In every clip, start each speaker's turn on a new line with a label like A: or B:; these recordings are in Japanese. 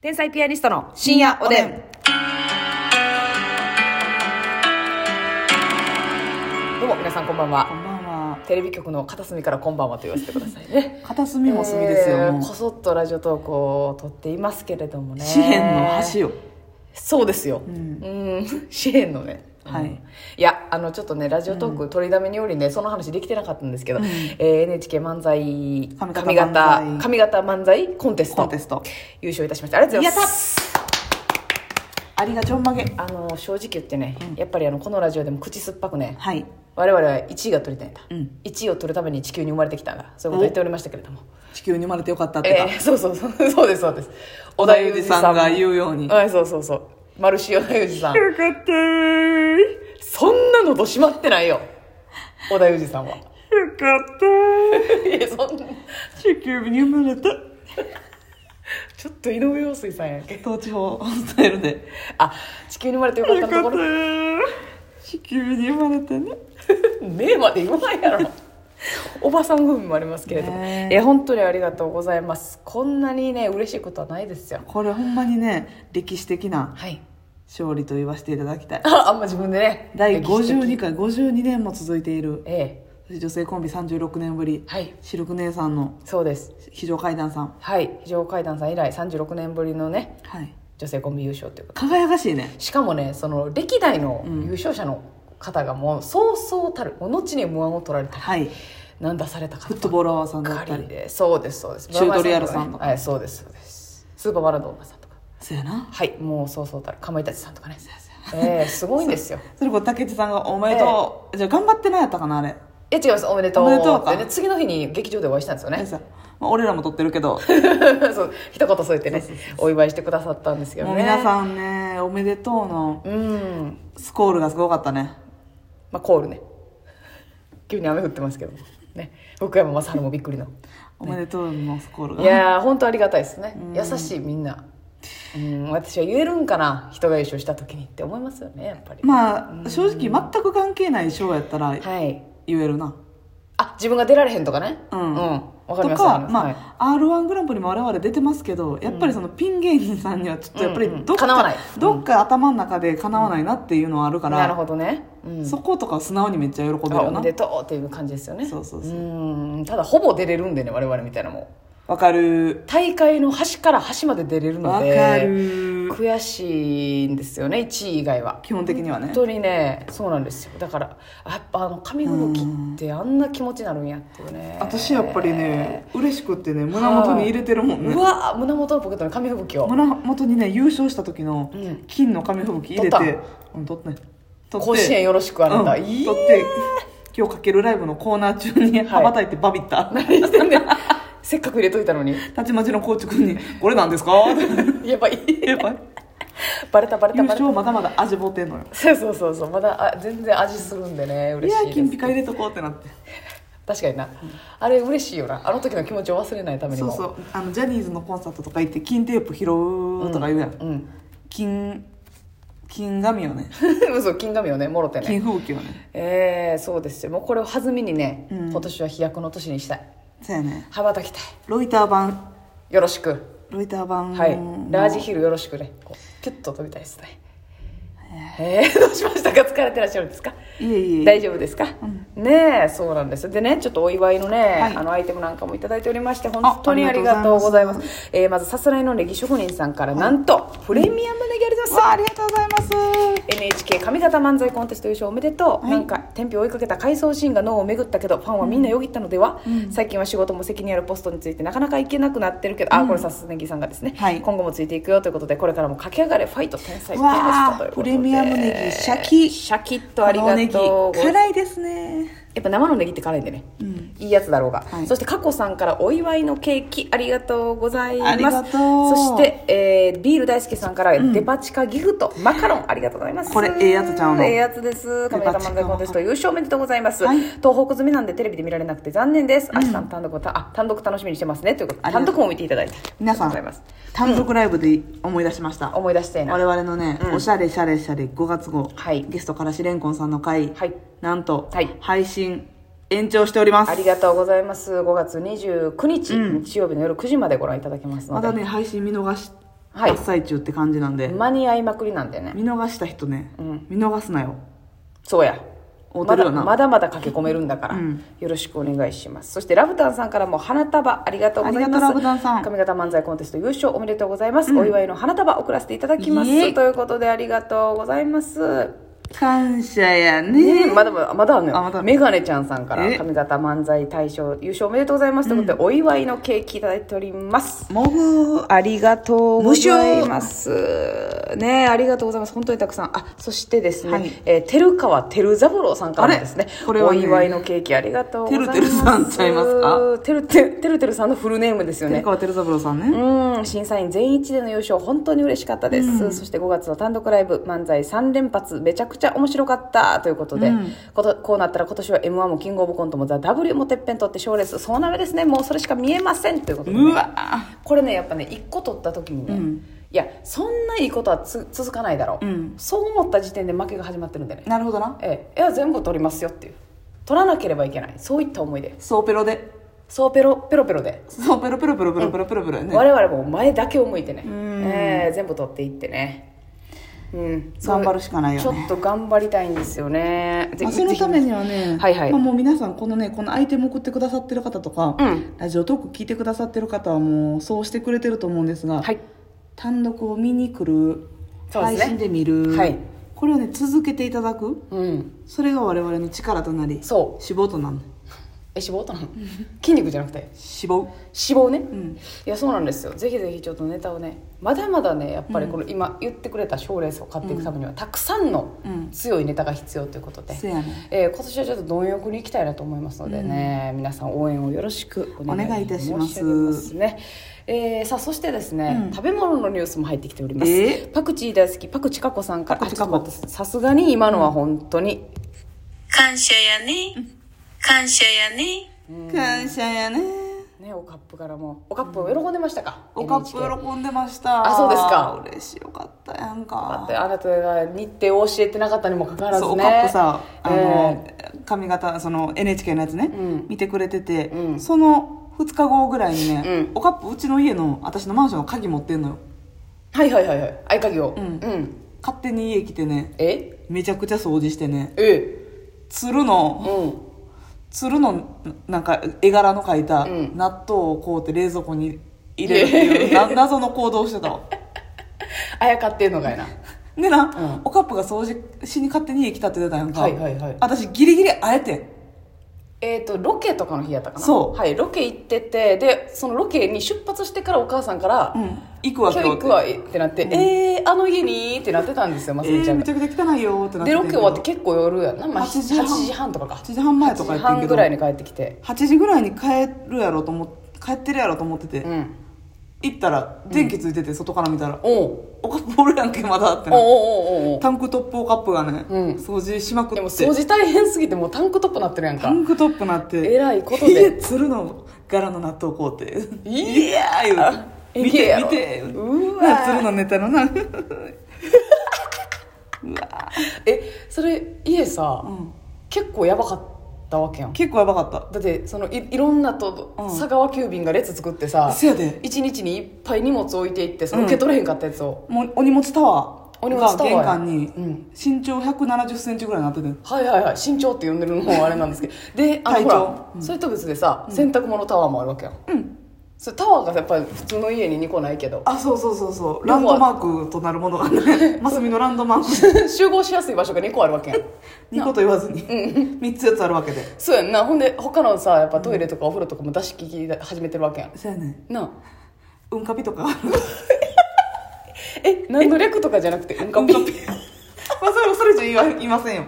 A: 天才ピアニストの深夜おでん。どうも皆さんこんばん
B: こ
A: は。
B: んばんは。
A: テレビ局の片隅からこんばんはと言わせてください ね。
B: 片隅も隅ですよ。
A: えー
B: もう
A: こそっとラジオ投稿を撮っていますけれどもね。
B: 紙幣の端よ。
A: そうですよ。うんん、 支援のね。
B: は
A: う
B: い
A: んいやあのちょっとねラジオトーク取りだめによりね、その話できてなかったんですけど、
B: うん
A: えー NHK 漫才
B: 髪型
A: 髪型
B: 漫才
A: 髪型漫才コンテス
B: コ
A: ト
B: ンテスト。
A: 優勝いたしましたありがとうございます
B: ありがちょんまげ。
A: あの正直言ってね、やっぱりあのこのラジオでも口酸っぱくね
B: はい。
A: 我々は1位が取りたいんだ、
B: うん
A: 1位を取るために地球に生まれてきたんだそういうことを言っておりましたけれども、
B: 地球に生まれてよかったって
A: え
B: か。
A: ーそうそうそう そうですそうです
B: 織田裕二さんが言うように
A: はいそうそうそうマルシー織田裕二さん
B: よかったー。よ
A: そんなのどしまってないよ織田裕二さんは
B: かったー。
A: いやそんな
B: 地球に生まれた。
A: ちょっと井上陽水さんやんけ
B: 東地方スタイルで。
A: あ地球に生まれてよかったところ
B: ー。地球に生まれてね。
A: 目まで言わないやろおばさん風味もありますけれども、
B: ねえ
A: いや本当にありがとうございますこんなにね嬉しいことはないですよ
B: これほんまにね、歴史的な
A: はい
B: 勝利と言わせていただきたい。
A: ああんま自分でね
B: 第
A: 歴史的
B: 52回、52年も続いている、
A: え
B: 女性コンビ36年ぶり
A: え、はい
B: シルク姉さんの
A: そうです
B: 非常階段さん。
A: はい非常階段さん以来36年ぶりのね
B: はい。
A: 女性コンビ優勝ということ
B: 輝かしいね。
A: しかもねその歴代の優勝者の方がもうそうそうたる、もう後に m 1を取られたり
B: はい。
A: 何出された
B: フ
A: 方
B: ットボールアワーさんだ
A: ばっ
B: っ
A: か
B: た
A: り
B: り。
A: でそうですそうです
B: チュートリアルさ
A: と
B: ん
A: か、
B: とか
A: ねはい、そうですそうですスーパーマラドーナさんとか
B: そうやな。
A: はい、もうそうそうたる、かまいたちさんとか ね。
B: そう
A: ええすごいんですよ。
B: それこそ竹内さんがおめでとう。じゃあ頑張ってないやったかな、あれ。
A: え、違います、おめでとう。
B: おめでとうか
A: でね、次の日に劇場でお会いしたんですよ
B: あれ
A: ね。
B: さまあ俺らも撮ってるけど、
A: そう、一言添えてね、お祝いしてくださったんですけど
B: も
A: ね。
B: う皆さんね、おめでとうの
A: うん、
B: スコールがすごかったね。
A: まあ、コールね。急に雨降ってますけど。ね、福山雅治もびっくりの。
B: おめでとうのスコール
A: い
B: が。
A: やー、本当ありがたいですね。優しい、みんな。うん、私は言えるんかな、人が優勝した時にって思いますよね、やっぱり。
B: まあ、正直全く関係ない賞やったら
A: はい。
B: 言えるな。
A: あ、自分が出られへんとかね。
B: うん
A: うん、わかり
B: と
A: ます。わ
B: か
A: り、すはい
B: まあ、R1 グランプリも我々出てますけど、やっぱりそのピン芸人さんにはちょっとやっぱり
A: うんうん
B: どっか、
A: 叶わない
B: どっか頭の中で叶わないなっていうのはあるから、
A: なるほどね、うん、
B: そことかは素直にめっちゃ喜べる
A: あ
B: よ
A: おめ
B: な
A: でとうっていう感じですよね
B: そうそうそうん
A: ただほぼ出れるんでね我々みたいなもん
B: わかる
A: 大会の端から端まで出れるの
B: わ
A: で
B: かる
A: 悔しいんですよね1位以外は
B: 基本的にはね
A: 本当にねそうなんですよだからやっぱあの紙吹雪ってあんな気持ちになるんやっていうね
B: 私やっぱりね嬉しくってね胸元に入れてるもん
A: う
B: ね
A: わ胸元のポケットに紙吹雪を
B: 胸元にね優勝した時の
A: うん
B: 金の紙吹雪入れ、
A: 取って
B: うん、取ってね取って
A: 甲子園よろしくあな
B: う
A: んた、
B: 取
A: いい
B: って今日かけるライブのコーナー中に羽ばたいてバビった、
A: 何してんねん せっかく入れといたのに
B: たちまちのコーチ君に「これな んですか?」って
A: やばい
B: やっぱ
A: バレたバレ
B: 優
A: たバレた
B: 勝まだまだ味ぼてんのよ
A: そうそうそうそうまだあ全然味するんでね
B: い
A: 嬉しい
B: や
A: です
B: 金ピカ入れとこうってなって
A: 確かにな、あれ嬉しいよなあの時の気持ちを忘れないために
B: そ
A: も
B: うそうあのジャニーズのコンサートとか行って金テープ拾うとか言うやん、
A: うん
B: 金金紙をね
A: 嘘金紙をねもろてね
B: 金風紀をね
A: ええそうですよもうこれを弾みにね、
B: うん
A: 今年は飛躍の年にしたい
B: そうやね
A: 羽ばたきたい
B: ロイター版
A: よろしく
B: ロイター版の
A: はいラージヒルよろしくねこうキュッと飛びたいですねえー、どうしましたか疲れてらっしゃるんですか
B: いえいえ
A: 大丈夫ですか、ねえそうなんですでねちょっとお祝いのね、
B: い
A: あのアイテムなんかもいただいておりまして本当にありがとうございます
B: あありがとうございま
A: えーまずさすらいのネギ職人さんからなんと、プレミアムネギありがとうございます
B: わあありがとうございます
A: NHK 上方漫才コンテスト優勝おめでとう、
B: はい
A: なんか天日を追いかけた回想シーンが脳を巡ったけどファンはみんなよぎったのでは、最近は仕事も責任あるポストについてなかなか行けなくなってるけど、あこれさすねぎさんがですね、
B: はい
A: 今後もついていくよということでこれからも駆け上がれファイト天才ピアニス
B: わ
A: トという
B: あ
A: こと
B: プ
A: で
B: レミアムネギシャキ
A: シャキッとありがとう
B: このネギ辛いですね
A: やっぱ生のネギって辛いんでね、
B: うん
A: いいやつだろうが、
B: はい
A: そして佳子さんからお祝いのケーキありがとうございます
B: ありがとう
A: そして、えービール大好きさんからデパ地下ギフト、マカロンありがとうございます
B: これええやつちゃうの
A: ええやつです
B: デ
A: 上
B: パ
A: 方
B: 地下
A: 漫才コンテスト優勝おめでとうございます、
B: はい
A: 東北済みなんでテレビで見られなくて残念です明日の単独をた、あ単独楽しみにしてますねということで
B: ありが
A: 単
B: とう
A: 独も見ていただいて
B: 皆さ
A: ありがとうご
B: ん
A: ざいます
B: 単独ライブで思い出しました、
A: 思い出してえな
B: 我々のね、
A: うん
B: おしゃれしゃれしゃれ5月号、
A: はい
B: ゲストからしれんこんさんの回、
A: はい
B: なんと、
A: はい
B: 配信延長しております
A: ありがとうございます5月29日、日曜日の夜9時までご覧いただけますの
B: ま
A: で
B: だね配信見逃し
A: はい
B: 真っ最中って感じなんで、
A: 間に合いまくりなんだよね
B: 見逃した人ね、
A: うん
B: 見逃すなよ
A: そうや
B: お
A: ま
B: てる
A: だ
B: よな、
A: まだまだ駆け込めるんだから、
B: うん
A: よろしくお願いしますそしてラブタンさんからも花束ありがとうございます
B: ありがとうラブタンさん
A: 髪型漫才コンテスト優勝おめでとうございます、お祝いの花束送らせていただきま
B: いえ
A: すということでありがとうございます、
B: 感謝やね
A: ねまだまだまだある
B: あま
A: の
B: だ
A: よ
B: ある
A: メガネちゃんさんか
B: え
A: ら髪型漫才大賞優勝おめでとうございますということで、お祝いのケーキいただいております
B: もぐ
A: ありがとうございます。ねありがとうございます。本当にたくさん。あ、そしてですね、
B: はい
A: えー、照川照三郎さんからもですね
B: あれこれはね
A: お祝いのケーキありがとうございます。
B: てるてるさんちゃいますか
A: てるててるてるさんのフルネームですよ
B: 寺
A: ね。
B: 川照三郎さんね
A: うん審査員全員一致での優勝本当に嬉しかったです、そして5月の単独ライブ漫才3連発めちゃくちゃ面白かったということで、
B: うん
A: ことこうなったら今年は m 1もキングオブコントも「ザ・ w もてっぺん取って賞レースそうなめですねもうそれしか見えませんということでね、
B: うわ
A: これねやっぱね1個取った時にね、
B: うん
A: いやそんないいことはつ続かないだろう、
B: うん
A: そう思った時点で負けが始まってるんでね、
B: なるほどな
A: ええいや全部取りますよっていう取らなければいけないそういった思いで
B: そうペロで
A: そうペロペロペロで
B: そうペロペロペロペロペロペロペロやね、
A: 我々も前だけを向いてね、
B: ん
A: ええ全部取っていってねうん
B: 頑張るしかないよ
A: ちょ
B: ね
A: っと頑張りたいんですよねぜ
B: まあ、
A: ひ
B: そのため
A: ぜ
B: にはね、
A: はいはい
B: まあ、もう皆さんこのねこのアイテム送ってくださってる方とか、
A: うん
B: ラジオトーク聞いてくださってる方はもうそうしてくれてると思うんですが、
A: ひはい
B: 単独を見に来る、
A: そうですね
B: 配信で見る、
A: はい
B: これをね続けていただく
A: うん
B: それが我々の力となり脂
A: そう
B: 肪となる
A: え脂肪とな の筋肉じゃなくて
B: 脂肪
A: 脂肪ね、
B: ん
A: いやそうなんですよぜひぜひちょっとネタをねまだまだねやっぱりこの今言ってくれた賞レースを買っていくためには、たくさんの
B: うん
A: 強いネタが必要ということで、
B: そうやね
A: えー今年はちょっと貪欲に行きたいなと思いますのでね、皆さん応援をよろしくお願い
B: お願いいたします
A: 申上げますね、えーさあそしてですね、
B: うん
A: 食べ物のニュースも入ってきております、
B: え
A: パクチー大好きパクチカ子さんから
B: パクチカ子
A: あちょっと待ってさすがに今のは本当に、
C: 感謝やね。感謝やね。
B: 感謝やね
A: ねおカップからもおカップ喜んでましたか、
B: おかっ
A: NHK
B: ぷ喜んでました
A: あそうですか
B: 嬉しいよかったやん
A: だっ
B: か
A: てあなたが日程を教えてなかったにもかかわらず
B: そ
A: ね
B: うおかっぷさあ
A: え
B: の
A: え、
B: 髪型その NHK のやつね、
A: うん
B: 見てくれてて、
A: うん
B: その2日後ぐらいにね、
A: うん
B: おかっぷうちの家の私のマンションの鍵持ってんのよ
A: はいはいはいはい合鍵をうん
B: 勝手に家来てね
A: え
B: めちゃくちゃ掃除してね
A: え
B: 鶴の
A: うん
B: 鶴のななんか絵柄の描いた
A: うん
B: 納豆をこうって冷蔵庫に入れるっていうな謎の行動をして たわ
A: あやかってんのかいな
B: でな、
A: うん
B: おかっぷが掃除しに勝手に家来たって出たやんか、
A: はいはいはい
B: 私ギリギリ会えてん
A: えっ、とロケとかの日やったかな
B: そう
A: はいロケ行っててでそのロケに出発してからお母さんから「
B: うん行く
A: 今
B: わ
A: 日
B: 今日
A: 行くわ」ってなって「えー、あの家に?」ってなってたんですよます
B: え
A: みちゃ
B: ー、
A: ん
B: め
A: が、
B: ちゃくちゃ汚いよーってなって
A: でロ
B: てんけ
A: ケ
B: ど
A: 終わって結構夜やんな、まあ、
B: 8
A: 8,
B: 時
A: 時
B: 半
A: 半とかか
B: 8時半前とか
A: 8時
B: やってん
A: 半
B: け
A: ぐ
B: ど
A: らいに帰ってきて
B: 8時ぐらいに帰るやろうと思って帰ってるやろうと思ってて、
A: うん
B: 行ったら電気ついてて外から見たら、
A: おう
B: おかっぷおるやんけまだって
A: おう
B: な
A: おうおうおう
B: タンクトップおかっぷがね、
A: うん
B: 掃除しまくっ
A: で
B: て
A: も掃除大変すぎてもうタンクトップなってるやん
B: タ
A: か
B: ンクトップなって
A: えらいことで
B: え鶴の柄の納豆こうって
A: い
B: いやー言うて
A: い
B: 見
A: け
B: て
A: やろ
B: 見て言て
A: うわー
B: 鶴のネタのなうわー
A: えそれ家さ、
B: うん
A: 結構やばかったわけやんだ
B: 結構やばかった
A: ってそのいいろんなと、
B: うん
A: 佐川急便が列作ってさ
B: せやで
A: 一日にいっぱい荷物置いていってその
B: うん
A: 受け取れへんかったやつを、
B: もうお荷物タワ
A: お
B: ー
A: 荷物
B: が
A: タワー
B: 玄関
A: う
B: に
A: ん
B: 身長1 7 0センチぐらいになってて
A: はいはいはい身長って呼んでるのもあれなんですけどであの
B: 体
A: ほ
B: 長
A: ら、それと別でさ洗濯物タワーもあるわけやん、
B: うん
A: それタワーがやっぱり普通の家に2個ないけど
B: あそうそうそうそうランドマークとなるものがね マスミのランドマーク
A: 集合しやすい場所が2個あるわけやん
B: 2個と言わずに3つやつあるわけで
A: そうやんなほんで他のさやっぱトイレとかお風呂とかも出し聞き始めてるわけやん
B: そうやね
A: なあ
B: うんかぴとか
A: え何の略とかじゃなくてうんかぴ
B: まあそれそれじゃ言わ言いませんよ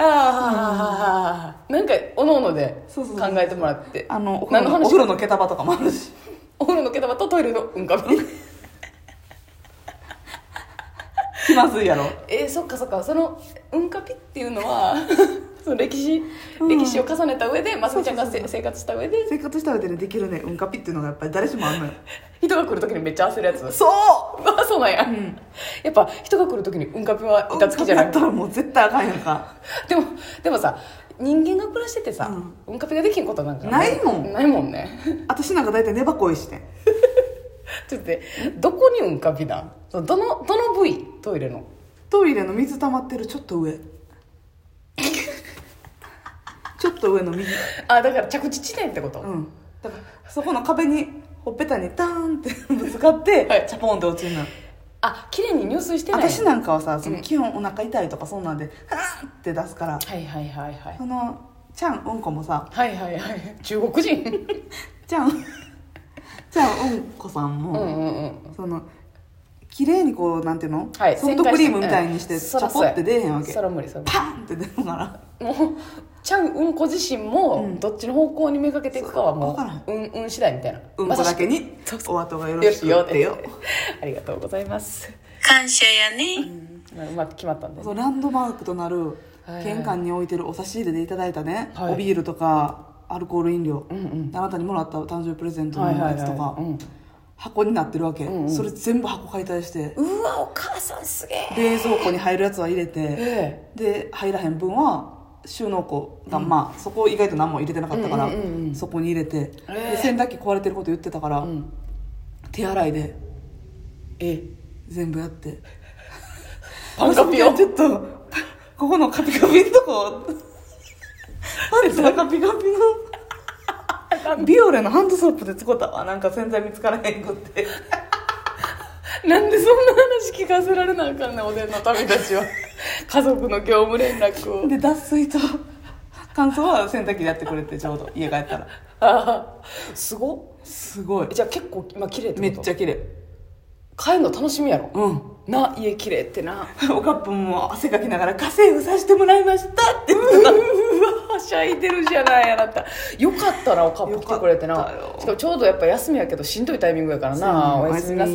A: ああ、なんかおのおので
B: そ
A: 考
B: うそうそう
A: えてもらって
B: あのお風
A: 何
B: 呂
A: の
B: の
A: 話
B: お風呂の毛束とかもあるし
A: お風呂の毛玉とトイレのうんかみ
B: 気まずいやろ
A: えーそっかそっかそのうんかぴっていうのは その歴史、
B: うん
A: 歴史を重ねた上でますみちゃんがせ生活した上で
B: 生活した上でねできるねうんかぴっていうのがやっぱり誰しもあんのよ
A: 人が来る時にめっちゃ焦るやつ
B: そう
A: あそうなんや、
B: ん
A: やっぱ人が来る時にうんかぴは板付きじゃな
B: うん
A: い
B: かぴやったらもう絶対あかんやんか
A: でもでもさ人間が暮らしててさ、うん、かぴができんことなんか
B: ないもん
A: ないもんね
B: 私なんか大体寝ばこいして
A: ちょっと待ってどこにうんか美談そのどのどの部位トイレの
B: トイレの水溜まってるちょっと 上ちょっと上の水
A: あだから着地地点ってこと、
B: うんだからそこの壁にほっぺたにターンってぶつかっ て、
A: はい
B: チャポンって落ちるの
A: あ綺麗に入水してない
B: 私なんかはさそうの
A: ん
B: 基本お腹痛いとかそんなんで「はーって出すから
A: はいはいはいはい
B: そのちゃんうんこもさ
A: はいはいはい中国人
B: ちゃんちゃんうんこさん
A: う
B: も、
A: んうんうん
B: その綺麗にこうなんていうの、
A: はい
B: ソフトクリームみたいにして
A: うん
B: チ
A: そら
B: ャ
A: そ
B: ポ
A: う
B: っ
A: や
B: て出えへんわけ
A: そら無理そら無
B: パーンって出るから
A: 理もうちゃんうんこ自身も
B: うん
A: どっちの方向にめがけていくかはも
B: わからん
A: ううんうん次第みたいな
B: うんこだけに
A: そうそう
B: お後がよ
A: ま
B: ろ
A: さ
B: し
A: しく
B: く
A: よしよ
B: っ
A: ってて
B: よ
A: よありがとうございます
D: 感謝やね
A: まあうまく決まったんで
B: そうランドマークとなる
A: はい
B: 玄関に置いてるお差し入れでいただいたね、
A: はい
B: おビールとかアルコール飲料、
A: うんうん
B: あなたにもらった誕生日プレゼントの
A: はいは
B: や
A: い
B: つとか、
A: はい、うん
B: 箱になってるわけ、
A: んうん
B: それ全部箱解体して
A: うわお母さんすげえ
B: 冷蔵庫に入るやつは入れて
A: え
B: で入らへん分は収納庫が、まあそこ意外と何も入れてなかったから、
A: うんうんうんうん
B: そこに入れて、
A: え
B: で洗濯機壊れてること言ってたから、
A: えうん
B: 手洗いで
A: ええ
B: 全部やって
A: パンカピ
B: は
A: を
B: ちょっとここのカピカピのとこパンツのカピカピのビオレのハンドソープで使ったわなんか洗剤見つからへんくって
A: なんでそんな話聞かせられなあかんねんおでんの民たち は家族の業務連絡を
B: で脱水と乾燥は洗濯機でやってくれてちょうど家帰ったら
A: ああすご
B: すごい
A: っじゃあ結構今綺麗ってこと
B: めっちゃ綺麗
A: 帰るの楽しみやろ
B: うん
A: な家綺麗ってな
B: おかっぷんも汗かきながら「家政婦させてもらいました」って言ってた
A: うわはしゃいでるじゃないあなたよかったなおかっぱ来てくれてな
B: よかったよ
A: しかもちょうどやっぱ休みやけどしんどいタイミングやからな
B: そう
A: お
B: やね
A: やすみな
B: お
A: さい
B: や